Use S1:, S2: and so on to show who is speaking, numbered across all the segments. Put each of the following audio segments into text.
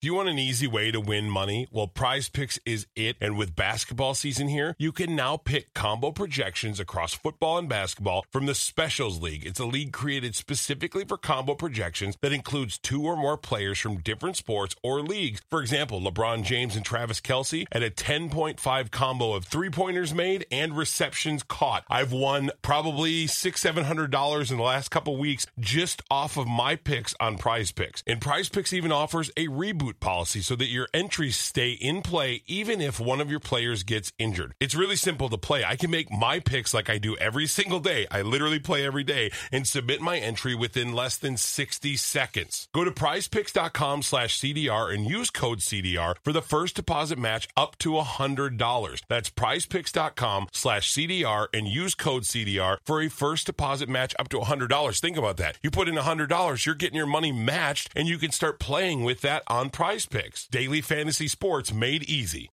S1: Do you want an easy way to win money? Well, Prize Picks is it. And with basketball season here, you can now pick combo projections across football and basketball from the Specials League. It's a league created specifically for combo projections that includes two or more players from different sports or leagues. For example, LeBron James and Travis Kelsey at a 10.5 combo of three pointers made and receptions caught. I've won probably six, seven hundred dollars in the last couple weeks just off of my picks on prize picks. And prize picks even offers a reboot policy so that your entries stay in play even if one of your players gets injured. It's really simple to play. I can make my picks like I do every single day. I literally play every day and submit my entry within less than 60 seconds. Go to prizepicks.com slash CDR and use code CDR for the first deposit match up to $100. That's prizepicks.com slash CDR and use code CDR for a first deposit match up to $100. Think about that. You put in $100, you're getting your money matched and you can start playing with that on prize picks. Daily fantasy sports made easy.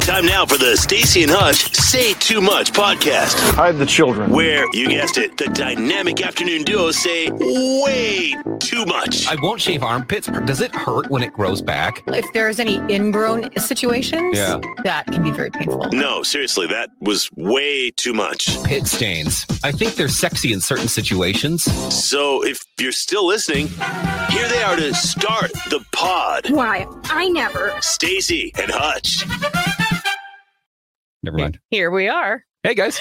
S2: Time now for the Stacy and Hutch Say Too Much podcast,
S3: Hide the children.
S2: where, you guessed it, the dynamic afternoon duo say way too much.
S4: I won't shave armpits. Does it hurt when it grows back?
S5: if there's any ingrown situations,
S4: Yeah.
S5: that can be very painful.
S2: No, seriously, that was way too much.
S4: Pit stains. I think they're sexy in certain situations.
S2: So if you're still listening, here they are to start the pod.
S6: Why, I never.
S2: Stacy and Hutch.
S4: Never mind.
S7: Here we are.
S4: Hey guys,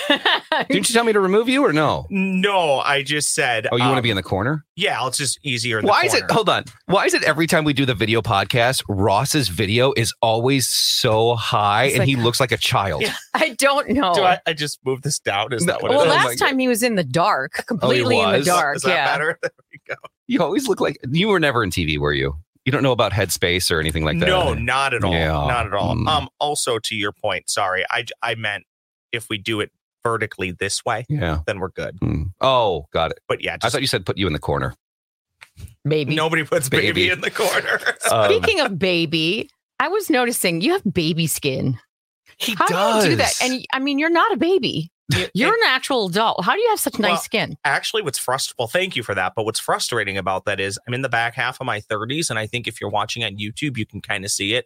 S4: didn't you tell me to remove you or no?
S8: No, I just said.
S4: Oh, you want to
S8: um,
S4: be in the corner?
S8: Yeah, it's just easier. In
S4: Why
S8: the
S4: is it?
S8: corner.
S4: Hold on. Why is it every time we do the video podcast, Ross's video is always so high
S7: It's
S4: and he
S7: like-
S4: looks like a child?
S8: Yeah.
S7: I don't know.
S8: Do I, I just move this down? Is
S4: No,
S8: that what
S7: well,
S8: it is?
S4: Oh my
S7: last time he was in the dark, completely in
S4: was?
S7: the dark.
S8: Is that
S7: yeah.
S8: better? There we go.
S4: You always look like you were never in TV, were you? You don't know about Headspace or anything like that.
S8: no, not at all.
S4: Yeah.
S8: Not at all.
S4: Mm.
S8: Um. Also, to your point, sorry, I j- I meant if we do it vertically this way,
S4: Yeah.
S8: then we're good.
S4: Hmm. Oh, got it.
S8: But yeah,
S4: I
S8: just
S4: thought you said put you in the corner.
S7: Baby.
S8: nobody puts baby,
S4: Baby.
S8: in the corner.
S4: Um,
S7: Speaking of baby, I was noticing you have baby skin.
S4: he
S7: How
S4: does.
S7: do you do that? And I mean, you're not a baby. You're an actual adult. How do you have such
S8: Well,
S7: nice skin?
S8: Actually, what's frust well, thank you for that. But what's frustrating about that is I'm in the back half of my 30s, and I think if you're watching on YouTube, you can kind of see it.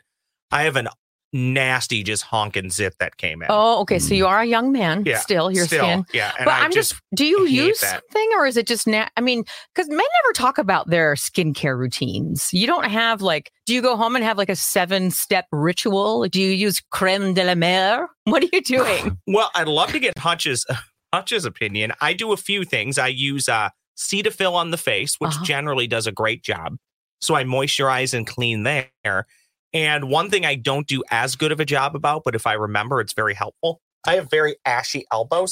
S8: I have an nasty just honking zit that came in.
S7: Oh, okay. So you are a young man
S8: Yeah,
S7: still, your
S8: Still,
S7: skin.
S8: Yeah, and
S7: but
S8: I
S7: I'm just, do you
S8: hate
S7: use
S8: that.
S7: something or is it just, na- I mean, because men never talk about their skincare routines. You don't have like, do you go home and have like a seven step ritual? Do you use creme de la mer? What are you doing?
S8: Well, I'd love to get Hutch's Hutch's opinion. I do a few things. I use uh Cetaphil on the face, which
S7: Uh-huh.
S8: generally does a great job. So I moisturize and clean there. And one thing I don't do as good of a job about, but if I remember, it's very helpful. I have very ashy elbows.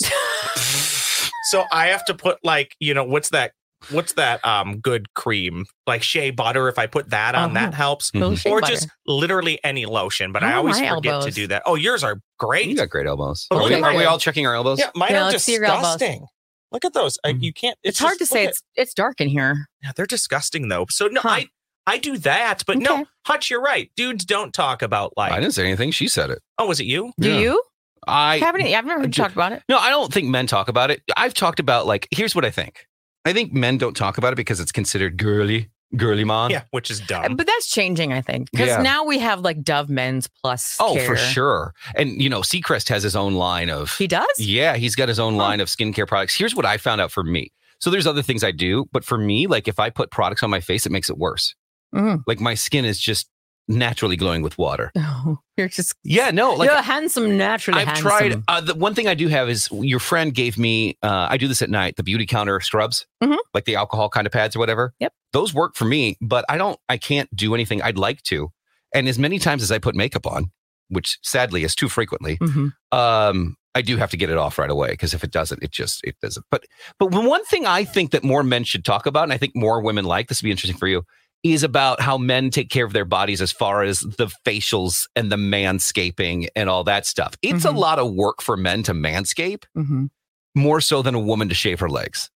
S8: so I have to put like, you know, what's that what's that um good cream? Like shea butter. If I put that on, that
S7: Oh.
S8: helps.
S4: Mm-hmm.
S7: Little shea
S8: or
S7: butter.
S8: just literally any lotion, but
S7: I
S8: I,
S7: don't
S8: always
S7: like
S8: forget to
S7: elbows.
S8: do that. Oh, yours are great.
S4: You got great elbows.
S8: But
S4: Are
S8: look
S4: we,
S8: at my-
S4: are we all checking our elbows?
S8: Yeah, mine
S7: Yeah,
S8: are
S7: let's see your elbows.
S8: disgusting. Look at those. I,
S4: Mm.
S8: you can't.
S7: it's hard
S8: just-
S7: to say
S8: look
S7: it's it's dark in here.
S8: at- yeah, they're disgusting though. So no,
S7: Huh.
S8: I I do that, but no,
S7: Okay.
S8: Hutch, you're right. Dudes don't talk about
S4: I
S8: like.
S4: didn't say anything. She said it.
S8: Oh, was it you?
S7: Do
S4: Yeah.
S7: you?
S4: I
S7: Have any, I've never
S4: I
S7: heard
S4: do-
S7: you talk about it.
S4: no, I don't think men talk about it. I've talked about like here's what I think. I think men don't talk about it because it's considered girly, girly mon.
S8: Yeah, which is dumb.
S7: Uh, But that's changing, I think, because
S4: Uh-huh. Yeah.
S7: now we have like Dove Men's Plus.
S4: Oh, for
S7: care.
S4: sure. And you know, Seacrest has his own line of
S7: He does?
S4: Yeah, he's got his own line of skincare products. Here's what I found out for me. So there's other things I do, but for me, like if I put products on my face, it makes it worse.
S7: Mm.
S4: Like my skin is just naturally glowing with water.
S7: Oh, you're just,
S4: Yeah, no, like
S7: you're handsome naturally.
S4: I've
S7: handsome.
S4: tried. Uh, the one thing I do have is your friend gave me. Uh, I do this at night. The beauty counter scrubs,
S7: Mhm.
S4: like the alcohol kind of pads or whatever.
S7: Yep.
S4: those work for me, but I don't. I can't do anything I'd like to. And as many times as I put makeup on, which sadly is too frequently,
S7: Mhm.
S4: um, I do have to get it off right away because if it doesn't, it just it doesn't. But but one thing I think that more men should talk about, and I think more women like this would be interesting for you. Is about how men take care of their bodies as far as the facials and the manscaping and all that stuff. It's
S7: Mhm.
S4: a lot of work for men to manscape
S7: Mhm.
S4: more so than a woman to shave her legs.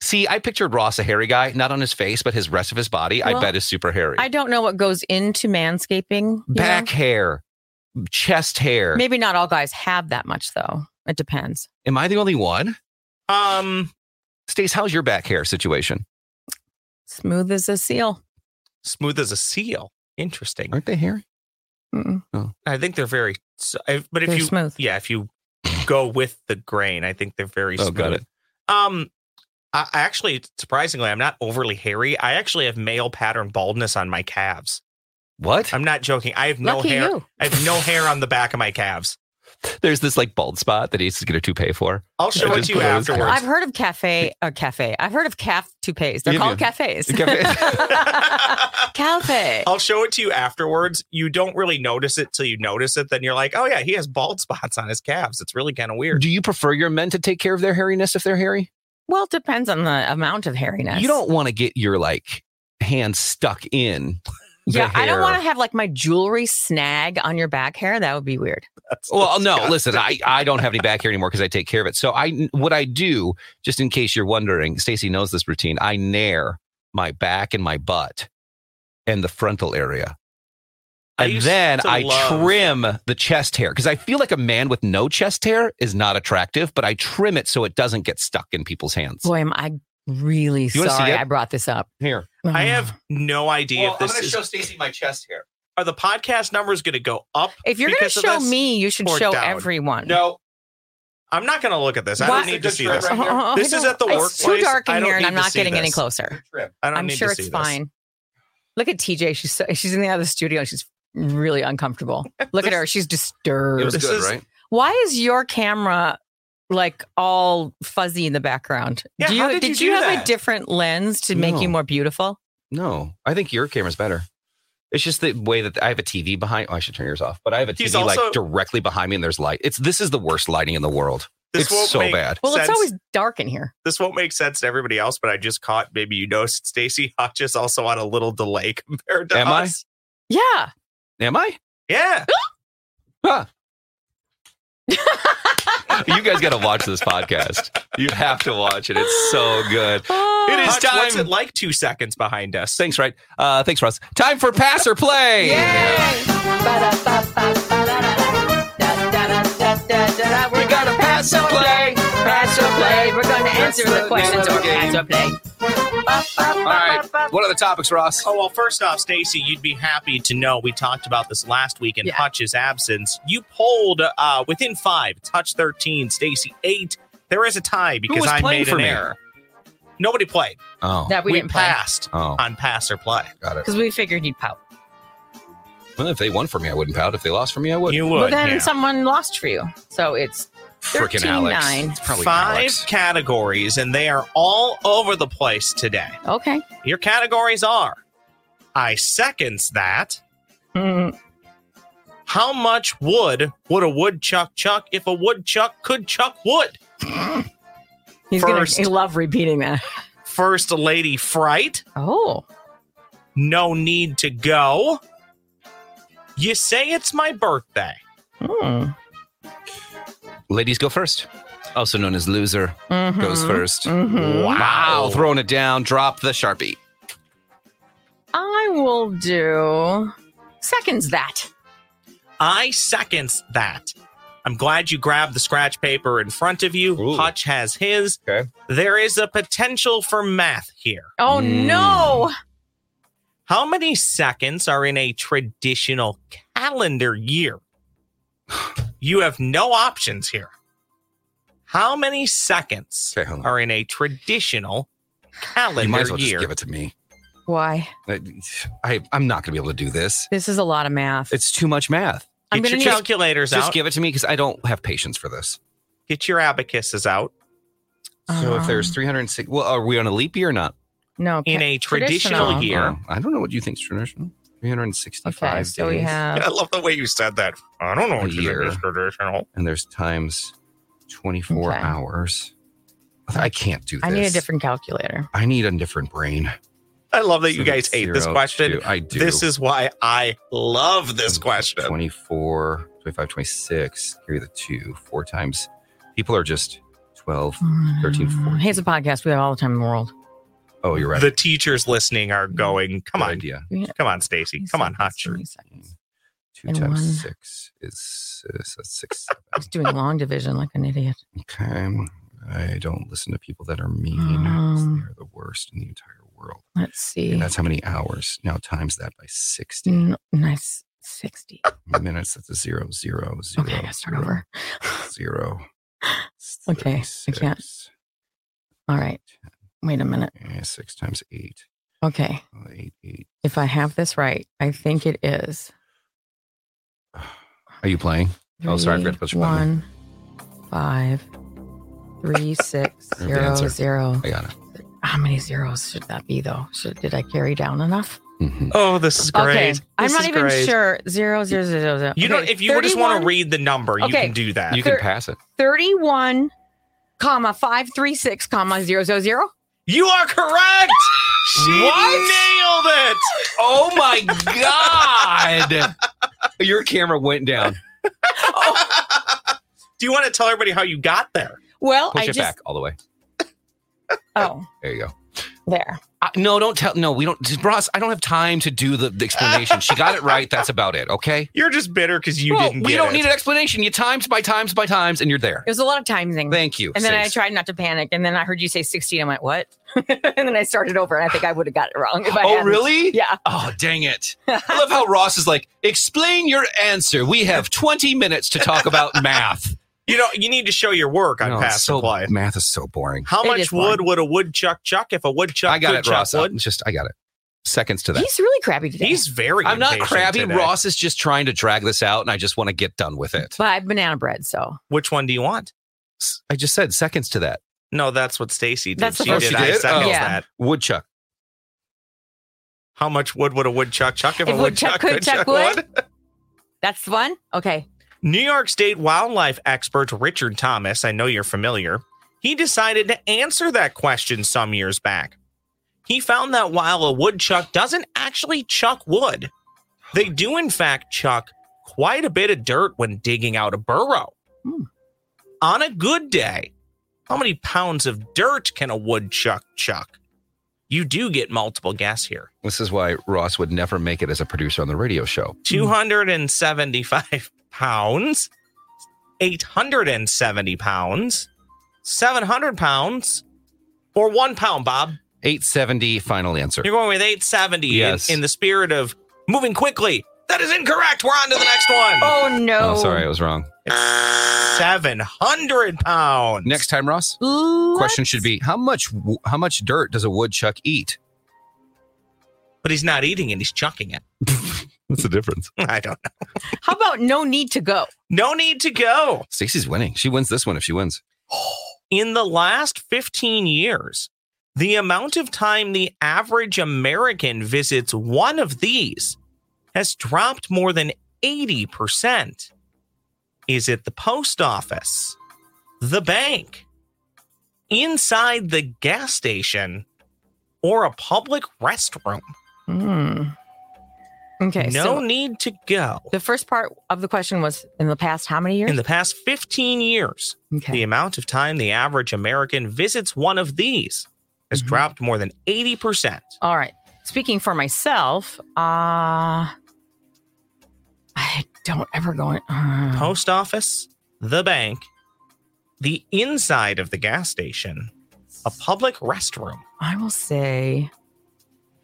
S4: See, I pictured Ross a hairy guy, not on his face, but his rest of his body. I
S7: Well,
S4: bet is super hairy.
S7: I don't know what goes into manscaping. you
S4: Back
S7: know?
S4: hair, chest hair.
S7: Maybe not all guys have that much though. It depends.
S4: Am I the only one?
S8: um,
S4: Stace, how's your back hair situation?
S7: Smooth as a seal.
S8: smooth as a seal. Interesting.
S4: Aren't they hairy?
S7: Mm-mm.
S8: I think they're very, s- I- but if
S7: They're
S8: you,
S7: smooth.
S8: yeah, if you go with the grain, I think they're very
S4: Oh,
S8: smooth.
S4: got it.
S8: Um, I I actually, surprisingly, I'm not overly hairy. I actually have male pattern baldness on my calves.
S4: What?
S8: I'm not joking. I have no
S7: Lucky
S8: hair.
S7: you.
S8: I have no hair on the back of my calves.
S4: There's this like bald spot that he's going to toupee for.
S8: I'll show
S4: I
S8: it
S4: just
S8: to you
S4: closed.
S8: afterwards.
S7: I've heard of cafe or cafe. I've heard of calf toupees. They're
S4: Yeah,
S7: called
S4: yeah.
S7: cafes.
S8: Cafe.
S7: cafe.
S8: I'll show it to you afterwards. You don't really notice it till you notice it. Then you're like, oh yeah, he has bald spots on his calves. It's really kind of weird.
S4: Do you prefer your men to take care of their hairiness if they're hairy?
S7: Well, it depends on the amount of hairiness.
S4: You don't want to get your like hand stuck in. the
S7: Yeah, I don't
S4: hair.
S7: want to have like my jewelry snag on your back hair. That would be weird.
S4: Well, no, listen, I, I don't have any back hair anymore because I take care of it. So I what I do, just in case you're wondering, Stacy knows this routine. I nair my back and my butt and the frontal area.
S8: I
S4: And
S8: used
S4: then
S8: to
S4: I
S8: love-
S4: trim the chest hair because I feel like a man with no chest hair is not attractive, but I trim it so it doesn't get stuck in people's hands.
S7: Boy, am I really
S4: You wanna see
S7: sorry
S4: it?
S7: I brought this up.
S4: Here.
S8: I have no idea if this is,
S4: Stacy my chest hair.
S8: are the podcast numbers going to go up.
S7: If you're going to
S8: because of
S7: show
S8: this?
S7: me, you should
S8: or
S7: show
S8: down?
S7: everyone.
S4: No.
S8: I'm not going to look at this. I
S7: Why-
S8: don't need to see
S4: Right
S8: this.
S4: here.
S7: Oh, I
S8: This is
S7: don't-
S8: at the
S7: It's too
S8: workplace.
S7: dark
S8: I
S7: in
S8: don't
S7: here, and
S8: need
S7: I'm
S8: to
S7: not
S8: see
S7: getting any
S8: this.
S7: closer.
S8: I don't
S7: I'm
S8: need
S7: sure
S8: to
S7: it's
S8: see this.
S7: fine. Look at TJ. She's so, she's in the other studio. and She's really uncomfortable. Look at
S8: This-
S7: her. She's
S4: It
S7: disturbed.
S4: was
S8: This
S4: good,
S8: is-
S4: right?
S7: Why is your camera like all fuzzy in the background?
S8: Yeah,
S7: do you,
S8: how did you do
S7: have
S8: that?
S7: a different lens to make you
S4: No.
S7: more beautiful?
S4: No, I think your camera's better. It's just the way that I have a TV behind. Oh, I should turn yours off. But I have a
S8: He's
S4: TV
S8: also-
S4: like directly behind me, and there's light. It's this is the worst lighting in the world.
S8: This
S4: it's
S8: won't
S4: so
S8: make
S4: bad.
S7: Well,
S8: sense.
S7: it's always dark in here.
S8: This won't make sense to everybody else, but I just caught. Maybe you noticed Stacy Hutch is also on a little delay compared to
S4: Am I?
S8: us.
S7: Yeah.
S4: Am I?
S8: Yeah.
S4: You guys got to watch this podcast. You have to watch it. It's so good. It
S7: Oh,
S4: is
S8: Hutch, What's
S4: time-
S8: it like two seconds behind us?
S4: Thanks, right? Uh, thanks, Russ. Time for pass or play.
S7: We're gonna pass or play, pass or play. We're gonna answer the questions or pass or play.
S4: All right. What are the topics, Ross?
S8: Oh well, first off, Stacy, you'd be happy to know we talked about this last week in
S7: Yeah.
S8: Hutch's absence. You polled uh, within five, Touch thirteen, Stacy eight. There is a tie because
S4: was
S8: I
S4: playing
S8: made
S4: for
S8: an
S4: me?
S8: error. Nobody played.
S4: Oh,
S7: That we,
S8: we
S7: didn't pass
S8: passed
S4: oh,
S8: on pass or play.
S4: got it.
S7: because we figured you'd pout.
S4: Well, if they won for me, I wouldn't pout. If they lost for me, I would.
S8: You
S7: But
S8: would.
S7: then
S8: yeah.
S7: someone lost for you, so it's
S4: Freaking
S7: 13,
S4: Alex.
S7: nine.
S4: It's probably
S8: Five
S4: Alex.
S8: categories, and they are all over the place today.
S7: okay.
S8: Your categories are I seconds that.
S7: Mm,
S8: How much wood would a woodchuck chuck if a woodchuck could chuck wood?
S7: he's
S8: First.
S7: gonna love repeating that.
S8: First Lady Fright.
S7: Oh,
S8: no need to go. You say it's my birthday.
S7: mm.
S4: Ladies go first. Also known as loser goes
S7: Mhm.
S4: 1st
S7: Mhm.
S4: Wow,
S8: Wow.
S4: throwing it down. Drop the sharpie.
S7: I will do seconds that.
S8: I seconds that. I'm glad you grabbed the scratch paper in front of you.
S4: Ooh.
S8: Hutch has his.
S4: Okay.
S8: There is a potential for math here.
S7: Oh
S4: Mm.
S7: no!
S8: How many seconds are in a traditional calendar year? You have no options here. How many seconds
S4: Okay, hold on.
S8: are in a traditional calendar
S4: You might as well
S8: year?
S4: just give it to me.
S7: Why?
S4: I, I- I'm not going to be able to do this.
S7: This is a lot of math.
S4: It's too much math.
S7: I'm
S8: Get
S7: gonna
S8: your
S7: need.
S8: calculators
S4: Just
S8: out.
S4: give it to me because I don't have patience for this.
S8: Get your abacuses out.
S4: So if there's
S7: Um,
S4: 306, well, are we on a leap year or not?
S7: no
S8: in
S7: ca-
S8: a traditional
S7: traditional.
S8: year.
S4: Oh, I don't know what you think's traditional. 365
S7: Okay,
S4: days.
S7: so we have
S8: I love the way you said that. I don't know
S4: A
S8: what you
S4: year.
S8: think is traditional.
S4: and there's times 24
S7: Okay.
S4: hours. I can't do this.
S7: I need a different calculator.
S4: I need a different brain.
S8: I love that you guys hate this
S4: Zero,
S8: question.
S4: two. I do.
S8: This is why I love this question.
S4: 24, 25, 26. Here are the two. Four times. People are just 12. 13, 14.
S7: Hey, it's a podcast. We have all the time in the world.
S4: Oh, you're right.
S8: The teachers listening are going, come
S4: Good
S8: on,
S4: idea.
S8: come on, Stacy, come on, Hutch.
S7: Three seconds.
S4: Two
S7: And
S4: times
S7: one.
S4: six is uh, so six.
S7: I was doing long division like an idiot.
S4: okay. I don't listen to people that are mean.
S7: Um.
S4: They're the worst in the entire world.
S7: Let's see.
S4: And that's how many hours. Now times that by 60
S7: Mm, nice. 60.
S4: minutes. That's a zero, zero, zero.
S7: Mm. Okay, I gotta start over.
S4: Zero.
S7: Okay, I can't.
S4: 36,
S7: All right. Wait a minute.
S4: eh, Six times eight.
S7: Okay.
S4: uh, Eight, eight.
S7: If I have this right, I think it is.
S4: Are you playing? Oh, sorry, I forgot to put
S7: Three,
S4: your button.
S7: one, five, three, six,
S4: I have the
S7: zero,
S4: answer.
S7: zero.
S4: I got it.
S7: How many zeros should that be, though? Should, did I carry down enough?
S4: Mhm.
S8: Oh, this is great.
S7: Okay, I'm
S8: This
S7: not
S8: is
S7: even
S8: great.
S7: sure. Zero, zero, zero, zero.
S8: You don't.
S7: Okay,
S8: If you just want to
S7: 31
S8: read the number, you
S7: Okay.
S8: can do that.
S4: You can
S7: Thir-
S4: pass it.
S7: thirty-one, comma five three six, comma zero zero zero.
S8: You are correct. She nailed it.
S4: Oh my God. Your camera went down.
S7: Oh.
S8: Do you want to tell everybody how you got there?
S7: Well,
S4: Push
S7: I
S4: it
S7: just
S4: back all the way.
S7: oh
S4: There you go.
S7: there.
S4: Uh, no, don't tell. No, we don't. Ross, I don't have time to do the, the explanation. She got it right. That's about it. Okay.
S8: You're just bitter because you
S4: Well,
S8: didn't.
S4: we
S8: get
S4: don't
S8: it.
S4: need an explanation. You times by times by times, and you're there.
S7: It was a lot of timesing.
S4: Thank you.
S7: and then I
S4: Sis.
S7: tried not to panic, and then I heard you say sixteen. I went what? and then I started over, and I think I would have got it wrong. If I
S4: Oh,
S7: hadn't.
S4: really?
S7: Yeah.
S4: Oh, dang it. I love how Ross is like, explain your answer. We have 20 minutes to talk about math.
S8: You know, you need to show your work on
S4: No,
S8: past
S4: so,
S8: supply.
S4: math is so boring.
S8: How
S7: It
S8: much
S7: is
S8: wood would a woodchuck chuck if a woodchuck
S4: I got
S8: could
S4: it,
S8: chuck
S4: Ross.
S8: wood?
S4: I'm just, I got it. Seconds to that.
S7: He's really crabby today.
S8: He's very.
S4: I'm not
S8: impatient
S4: crabby.
S8: today.
S4: Ross is just trying to drag this out, and I just want to get done with it.
S7: but I have banana bread, so
S8: Which one do you want?
S4: S- I just said seconds to that.
S8: No, that's what Stacy did.
S7: That's the
S8: she
S7: first
S8: did.
S4: one.
S8: I
S4: She did?
S8: second
S7: Oh. Yeah.
S8: that.
S4: Woodchuck.
S8: How much wood would a woodchuck chuck if,
S7: If
S8: a woodchuck could chuck wood?
S7: that's the one. Okay.
S8: New York State wildlife expert Richard Thomas, I know you're familiar, he decided to answer that question some years back. He found that while a woodchuck doesn't actually chuck wood, they do in fact chuck quite a bit of dirt when digging out a burrow.
S7: Hmm.
S8: On a good day, how many pounds of dirt can a woodchuck chuck? You do get multiple guess here.
S4: This is why Ross would never make it as a producer on the radio show.
S8: 275 pounds, 870 pounds, 700 pounds, or one pound, Bob.
S4: 870, final answer.
S8: You're going with 870 in-
S4: Yes.
S8: in, the spirit of moving quickly. That is incorrect. We're on to the next one.
S7: Oh no.
S4: Oh, sorry, I was wrong.
S8: It's 700 pounds.
S4: Next time, Ross.
S7: What?
S4: Question should be how much w- how much dirt does a woodchuck eat?
S8: But he's not eating it, he's chucking it.
S4: What's the difference?
S8: I don't know.
S7: How about no need to go?
S8: No need to go.
S4: Stacey's winning. She wins this one if she wins.
S8: in the last 15 years, the amount of time the average American visits one of these has dropped more than 80%. Is it the post office, the bank, inside the gas station, or a public restroom?
S7: Hmm. Okay.
S8: no
S7: So
S8: need to go.
S7: the first part of the question was in the past how many years?
S8: In the past 15 years,
S7: okay.
S8: The amount of time the average American visits one of these has
S7: Mhm.
S8: dropped more than 80%.
S7: All right. Speaking for myself, uh I don't ever go in. uh,
S8: Post office, the bank, the inside of the gas station, a public restroom.
S7: I will say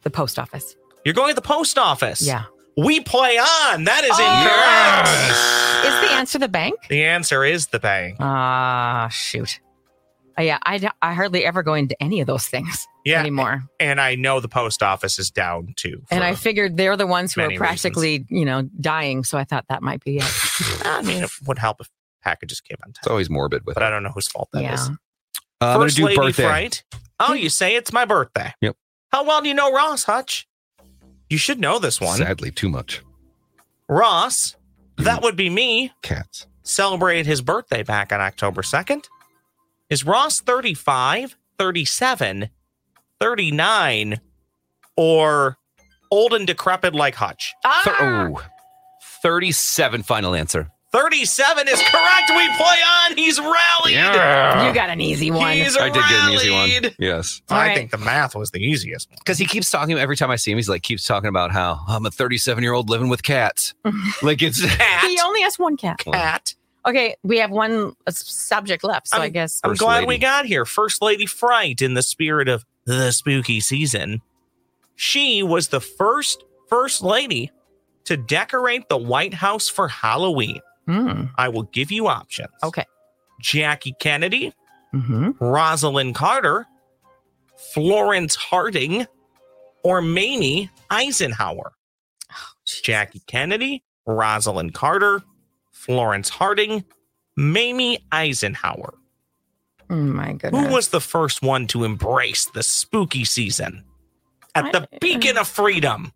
S7: the post office.
S8: You're going to the post office.
S7: Yeah.
S8: We play on. That is
S7: Oh!
S8: incorrect.
S7: Is the answer the bank?
S8: The answer is the bank.
S7: Ah, shoot. Uh, yeah, I, d- I hardly ever go into any of those things
S8: Yeah.
S7: anymore.
S8: And I know the post office is down too.
S7: And
S8: for-
S7: I figured they're the ones who are
S8: many reasons.
S7: practically, you know, dying. So I thought that might be it.
S8: I mean, it would help if packages came on
S4: It's
S8: time.
S4: always morbid with
S8: But I
S4: it.
S8: don't know whose fault that is.
S7: yeah.
S4: Uh, I'm gonna
S8: First
S4: do
S8: lady
S4: birthday.
S8: fright. Oh, you say it's my birthday.
S4: Yep.
S8: How well do you know Ross Hutch? You should know this one.
S4: Sadly, too much
S8: Ross, that would be me.
S4: cats.
S8: Celebrated his birthday back on October 2nd. Is Ross 35, 37, 39, or old and decrepit like Hutch?
S4: Thir-
S7: Ah!
S4: oh, 37, final answer.
S8: 37 is correct. We play on. He's rallied.
S7: you got an easy one.
S8: He's
S4: I did get an easy one.
S8: rallied.
S4: Yes.
S7: All
S8: I
S7: right.
S8: think the math was the easiest.
S4: Because he keeps talking every time I see him, he's like keeps talking about how "Oh, I'm a 37 year old living with cats.
S7: Mm-hmm.
S4: like it's
S7: He only has one cat.
S8: At
S7: Okay, we have one uh, s- subject left. So i guess.
S8: I'm
S4: First
S8: glad
S4: lady.
S8: we got here. First Lady Fright in the spirit of the spooky season She was the first first lady to decorate the White House for Halloween.
S7: Mm.
S8: I will give you options.
S7: Okay.
S8: Jackie Kennedy,
S7: Mm-hmm.
S8: Rosalind Carter, Florence Harding, or Mamie Eisenhower. Jackie Kennedy, Rosalind Carter, Florence Harding, Mamie Eisenhower.
S7: Oh my goodness.
S8: Who was the first one to embrace the spooky season? At the
S7: I-
S8: beacon of freedom,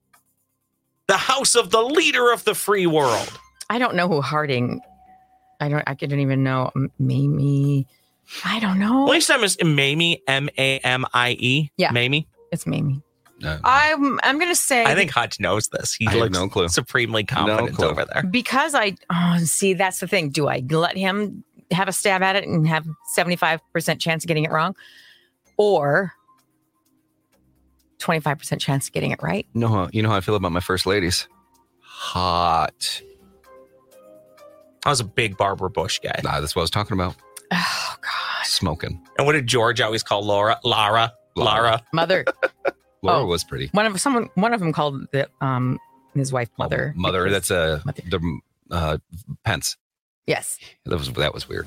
S8: the house of the leader of the free world.
S7: I don't know who Harding. I don't. I didn't even know M- Mamie. I don't know.
S8: Last time is Mamie, M A M I E.
S7: Oh. Yeah.
S8: Mamie.
S7: It's Mamie.
S4: No.
S7: I'm. I'm gonna say.
S8: I think Hutch knows this. He
S4: I have
S8: looks
S4: no clue.
S8: supremely confident
S4: clue.
S8: over there.
S7: because I. Oh, see, that's the thing. Do I let him have a stab at it and have seventy five percent chance of getting it wrong, or twenty five percent chance of getting it right?
S4: You know how you know how I feel about my first ladies. Hot.
S8: I was a big Barbara Bush guy.
S4: Nah, that's what I was talking about.
S7: Oh God,
S4: Smoking.
S8: And what did George always call Laura? Lara.
S4: Lara.
S8: Lara.
S7: mother.
S4: Laura
S7: Oh.
S4: was pretty.
S7: one of someone. One of them called the um his wife mother.
S4: Oh, mother.
S7: because-
S4: That's a
S7: Mother.
S4: the uh, Pence.
S7: yes.
S4: That was that was weird.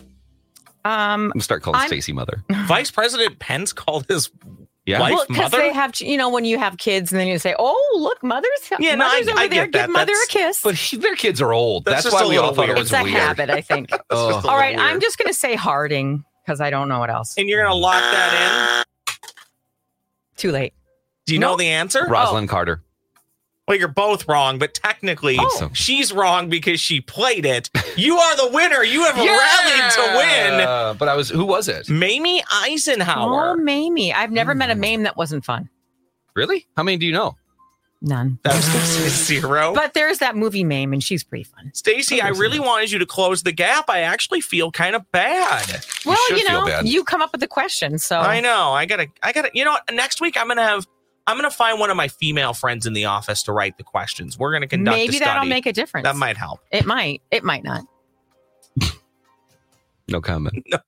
S7: Um.
S4: I'm gonna start calling
S7: I'm-
S4: Stacy mother.
S8: Vice President Pence called his.
S4: Yeah.
S8: Wife,
S7: Well, because
S8: mother?
S7: they have, you know, when you have kids, and then you say, "Oh, look, mother's
S8: Yeah, no,
S7: mother's
S8: I-
S7: over
S8: I
S7: there.
S8: get
S7: Give
S8: that.
S7: mother
S8: That's-
S7: a kiss."
S4: But he, their kids are old.
S8: That's
S4: That's,
S8: just
S4: why
S8: a
S4: we all
S8: little
S4: thought
S8: weird.
S4: it
S7: it's
S4: was
S7: a
S4: weird.
S7: habit, I think.
S4: Oh.
S8: just a
S7: All right,
S8: little
S7: I'm
S8: weird.
S7: just gonna say Harding because I don't know what else.
S8: And you're gonna lock that in.
S7: Too late.
S8: Do you know
S7: Nope.
S8: the answer?
S7: Oh.
S4: Rosalind Carter.
S8: Well, you're both wrong, but technically
S4: Oh.
S8: she's wrong because she played it. You are the winner. You have rallied to
S4: Uh, but I was. Who was it?
S8: win. Mamie Eisenhower.
S7: Oh, Mamie, I've never met a
S8: Hmm.
S4: Mm.
S7: Mame that wasn't fun.
S4: Really? How many do you know?
S7: None.
S8: That was zero.
S7: But there's that movie Mame, and she's pretty fun.
S8: Stacy, I really wanted you to close the gap. I actually feel kind of bad.
S7: Well,
S4: should
S7: you
S4: feel
S7: know,
S4: bad.
S7: you come up with the question, so
S8: I know. I gotta. I gotta. You know what? Next week, I'm gonna have. I'm gonna find one of my female friends in the office to write the questions. We're gonna conduct.
S7: maybe
S8: a
S7: that'll
S8: study.
S7: make a difference.
S8: That might help.
S7: It might. It might not.
S4: No comment. no comment.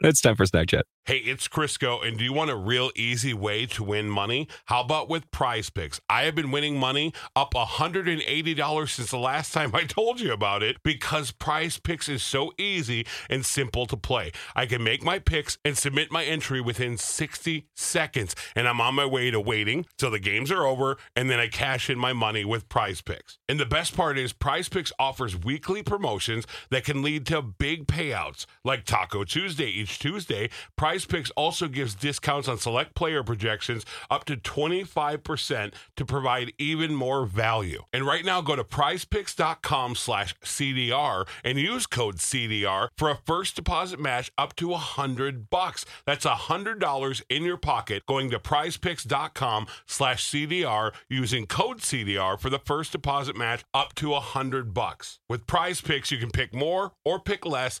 S4: It's time for snack chat.
S1: Hey, it's Crisco, and do you want a real easy way to win money? How about with prize picks? I have been winning money up $180 since the last time I told you about it because prize picks is so easy and simple to play. I can make my picks and submit my entry within 60 seconds, and I'm on my way to waiting till the games are over, and then I cash in my money with prize picks. And the best part is, prize picks offers weekly promotions that can lead to big payouts like Taco Tuesday each Tuesday. Prize Picks also gives discounts on select player projections up to 25% to provide even more value. And right now go to prizepicks.com slash CDR and use code CDR for a first deposit match up to a hundred bucks. That's a hundred dollars in your pocket going to prizepicks.com slash CDR using code CDR for the first deposit match up to a hundred bucks. With prize picks, you can pick more or pick less.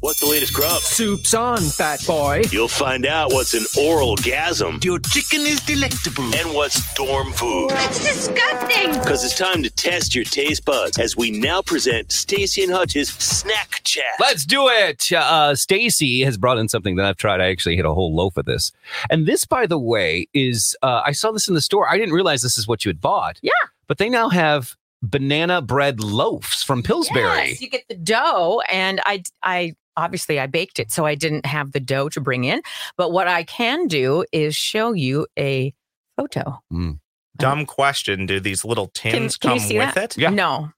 S2: What's the latest grub?
S9: Soup's on, fat boy.
S2: You'll find out what's an oral gasm
S9: Your chicken is delectable.
S2: and what's dorm food.
S5: That's disgusting.
S2: Because it's time to test your taste buds as we now present Stacy and Hutch's Snack Chat.
S4: Let's do it. Uh, Stacy has brought in something that I've tried. I actually hit a whole loaf of this. And this, by the way, is uh, I saw this in the store. I didn't realize this is what you had bought.
S7: Yeah.
S4: But they now have banana bread loaves from Pillsbury.
S7: Yes, you get the dough, and I, I obviously I baked it, so I didn't have the dough to bring in. But what I can do is show you a photo.
S8: Dumb question. Do these little tins
S7: can you
S8: come
S7: see
S8: with
S7: that?
S8: it?
S4: Yeah.
S7: No.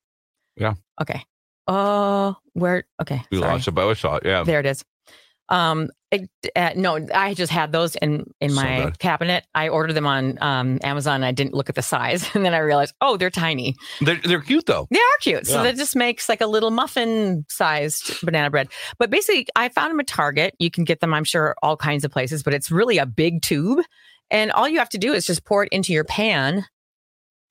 S4: Yeah.
S7: Okay. Oh, where? Okay. sorry.
S4: about I saw it. Yeah.
S7: There it is. Um, It, uh, no, I just had those in in
S4: So
S7: my
S4: good.
S7: cabinet. I ordered them on um, Amazon. And I didn't look at the size, and then I realized, oh, they're tiny.
S4: They're, they're cute though.
S7: They are cute. So
S4: Yeah.
S7: that just makes like a little muffin sized banana bread. But basically, I found them at Target. You can get them, I'm sure, all kinds of places, but it's really a big tube. And all you have to do is just pour it into your pan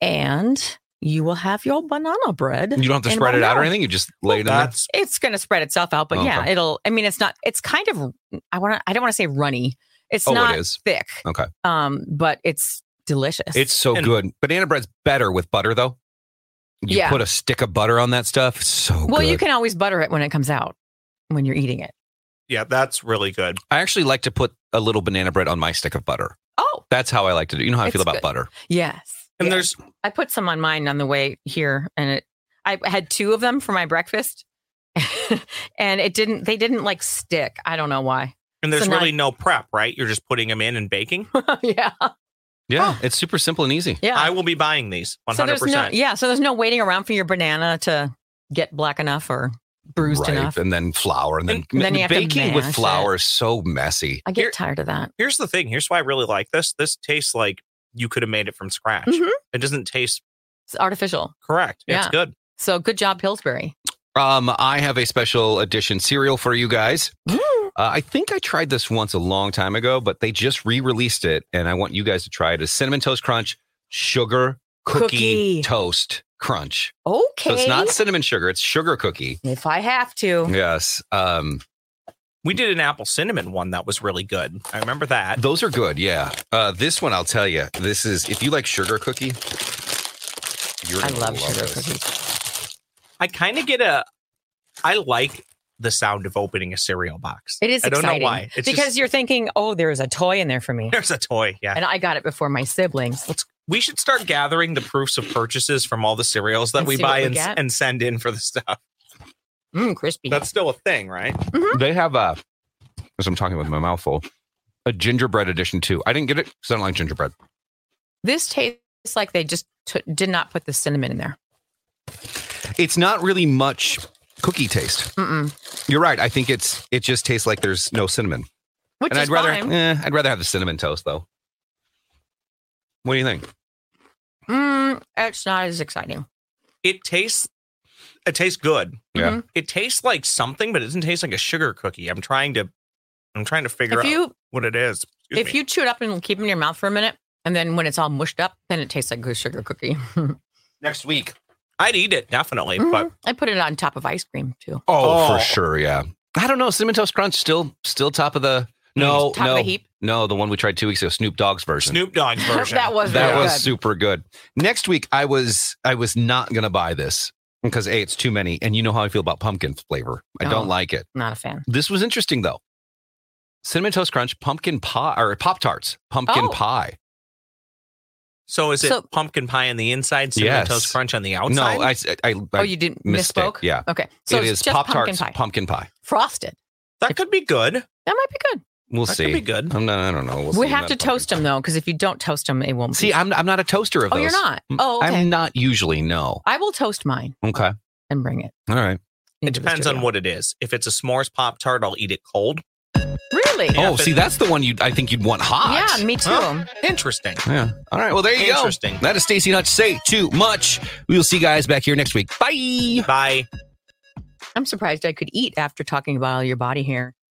S7: and you will have your banana bread.
S4: You don't have to
S7: in
S4: spread it
S7: one
S4: out
S7: go.
S4: or anything. You just lay it in there.
S8: That's
S7: It's going to spread itself out, but
S4: Oh,
S7: yeah,
S4: okay.
S7: it'll, I mean, it's not, it's kind of, I want to, I don't want to say runny. It's
S4: Oh, it
S7: not
S4: is.
S7: thick,
S4: Okay.
S7: um, but it's delicious.
S4: It's so
S8: And-
S4: good. Banana bread's better with butter though. You
S7: Yeah.
S4: put a stick of butter on that stuff. So
S7: well,
S4: good.
S7: you can always butter it when it comes out when you're eating it.
S8: yeah, that's really good.
S4: I actually like to put a little banana bread on my stick of butter.
S7: Oh,
S4: That's how I like to do. You know how I
S7: It's
S4: feel about
S7: good.
S4: butter.
S7: yes.
S8: And
S7: yes.
S8: there's
S7: I put some on mine on the way here, and it. I had two of them for my breakfast, and it didn't. They didn't like stick. I don't know why.
S8: and there's
S7: So now-
S8: really no prep, right? You're just putting them in and baking.
S7: yeah, Oh.
S4: Yeah, it's super simple and easy.
S7: yeah.
S8: I will be buying these 100%.
S7: So there's no. Yeah, so there's no waiting around for your banana to get black enough or bruised
S4: Right,
S7: enough.
S4: and then flour, and then,
S7: And then you have to
S4: baking with
S7: mash
S4: flour is so messy.
S7: I get
S8: Here-
S7: tired of that.
S8: Here's the thing. Here's why I really like this. This tastes like you could have made it from scratch.
S7: Mhm.
S8: It doesn't taste
S7: It's artificial.
S8: correct. It's
S7: Yeah.
S8: good.
S7: So good job, Pillsbury.
S4: Um, I have a special edition cereal for you guys. Uh, I think I tried this once a long time ago, but they just re-released it, and I want you guys to try it. It's cinnamon toast crunch, sugar cookie,
S7: Cookie.
S4: toast crunch.
S7: Okay.
S4: So it's not cinnamon sugar; it's sugar cookie.
S7: if I have to.
S4: Yes, um,
S8: We did an apple cinnamon one that was really good. I remember that.
S4: those are good. Yeah, uh, this one I'll tell you. This is if you like sugar cookie. You're
S7: I
S4: gonna
S7: love sugar
S4: this.
S7: cookies.
S8: I kind of get a. I like the sound of opening a cereal box.
S7: It is
S8: I don't
S7: exciting
S8: know why. It's
S7: because
S8: just,
S7: you're thinking, oh, there's a toy in there for me,
S8: there's a toy. Yeah.
S7: and I got it before my siblings.
S8: We should start gathering the proofs of purchases from all the cereals that
S7: And
S8: we
S7: see what
S8: buy
S7: we
S8: and,
S7: get.
S8: and send in for the stuff.
S7: Mm, crispy.
S8: That's still a thing, right?
S4: They have a, as I'm talking with my mouth full, a gingerbread edition too. I didn't get it because I don't like gingerbread.
S7: This tastes like they just t- did not put the cinnamon in there.
S4: It's not really much cookie taste.
S7: Mm-mm.
S4: You're right. I think it's it just tastes like there's no cinnamon.
S7: Which
S4: and
S7: is
S4: I'd rather
S7: fine.
S4: eh, I'd rather have the cinnamon toast though. What do you think?
S7: Mm, it's not as exciting.
S8: It tastes. It tastes good.
S4: Yeah.
S7: Mhm.
S8: It tastes like something, but it doesn't taste like a sugar cookie. I'm trying to. I'm trying to figure
S7: If
S8: out
S7: you
S8: what it is. Excuse
S7: if
S8: me.
S7: you chew it up and keep it in your mouth for a minute, and then when it's all mushed up, then it tastes like a sugar cookie.
S4: Next week.
S8: I'd eat it definitely, but
S7: Mhm. I put it on top of ice cream too.
S4: Oh,
S8: Oh.
S4: for sure, yeah. I don't know. Cinnamon toast crunch still still top of the no
S7: Hmm, Top
S4: Oh, no
S7: of the heap.
S4: no the one we tried two weeks ago Snoop Dogg's version.
S8: Snoop Dogg version.
S7: that was
S4: that
S7: really
S4: was
S7: good.
S4: super good. Next week, I was I was not gonna buy this because a it's too many, and you know how I feel about pumpkin flavor. I
S7: Oh.
S4: don't like it.
S7: not a fan.
S4: This was interesting though. Cinnamon toast crunch, pumpkin pie or pop tarts, pumpkin
S7: Oh.
S4: pie.
S8: So is it
S7: So-
S8: pumpkin pie on the inside, cinnamon
S4: Yes.
S8: toast crunch on the
S4: No,
S8: outside?
S4: I I, I
S7: oh, you didn't
S4: mistake,
S7: misspoke.
S4: yeah.
S7: Okay. So
S4: it
S7: it's
S4: is
S7: just
S4: pop
S7: pumpkin
S4: tarts,
S7: pie,
S4: pumpkin pie.
S7: frosted.
S8: that could be good.
S7: That might be good.
S4: We'll
S8: That
S4: see.
S8: could be good.
S4: I'm not. I don't know. We'll
S7: we
S4: see.
S7: have
S4: Not
S7: to
S4: a pumpkin
S7: toast them
S4: pie.
S7: though, because if you don't toast them, it won't.
S4: See,
S7: be.
S4: I'm I'm not a toaster of
S7: oh,
S4: those.
S7: you're not. Oh, okay.
S4: I'm not usually. No.
S7: I will toast mine
S4: Okay. All
S7: and bring it.
S4: right.
S7: into
S8: It
S7: the
S8: depends on
S7: studio.
S8: what it is. If it's a s'mores pop tart, I'll eat it cold.
S7: Really?
S8: Yeah,
S4: oh,
S8: but-
S4: see, that's the one you. I think you'd want hot.
S7: Yeah, me too.
S8: Huh? Interesting.
S4: Yeah. All right. Well, there you
S8: Interesting.
S4: go. That is Stacy Hutch. Say too much. We will see you guys back here next week. Bye.
S8: Bye.
S7: I'm surprised I could eat after talking about all your body hair.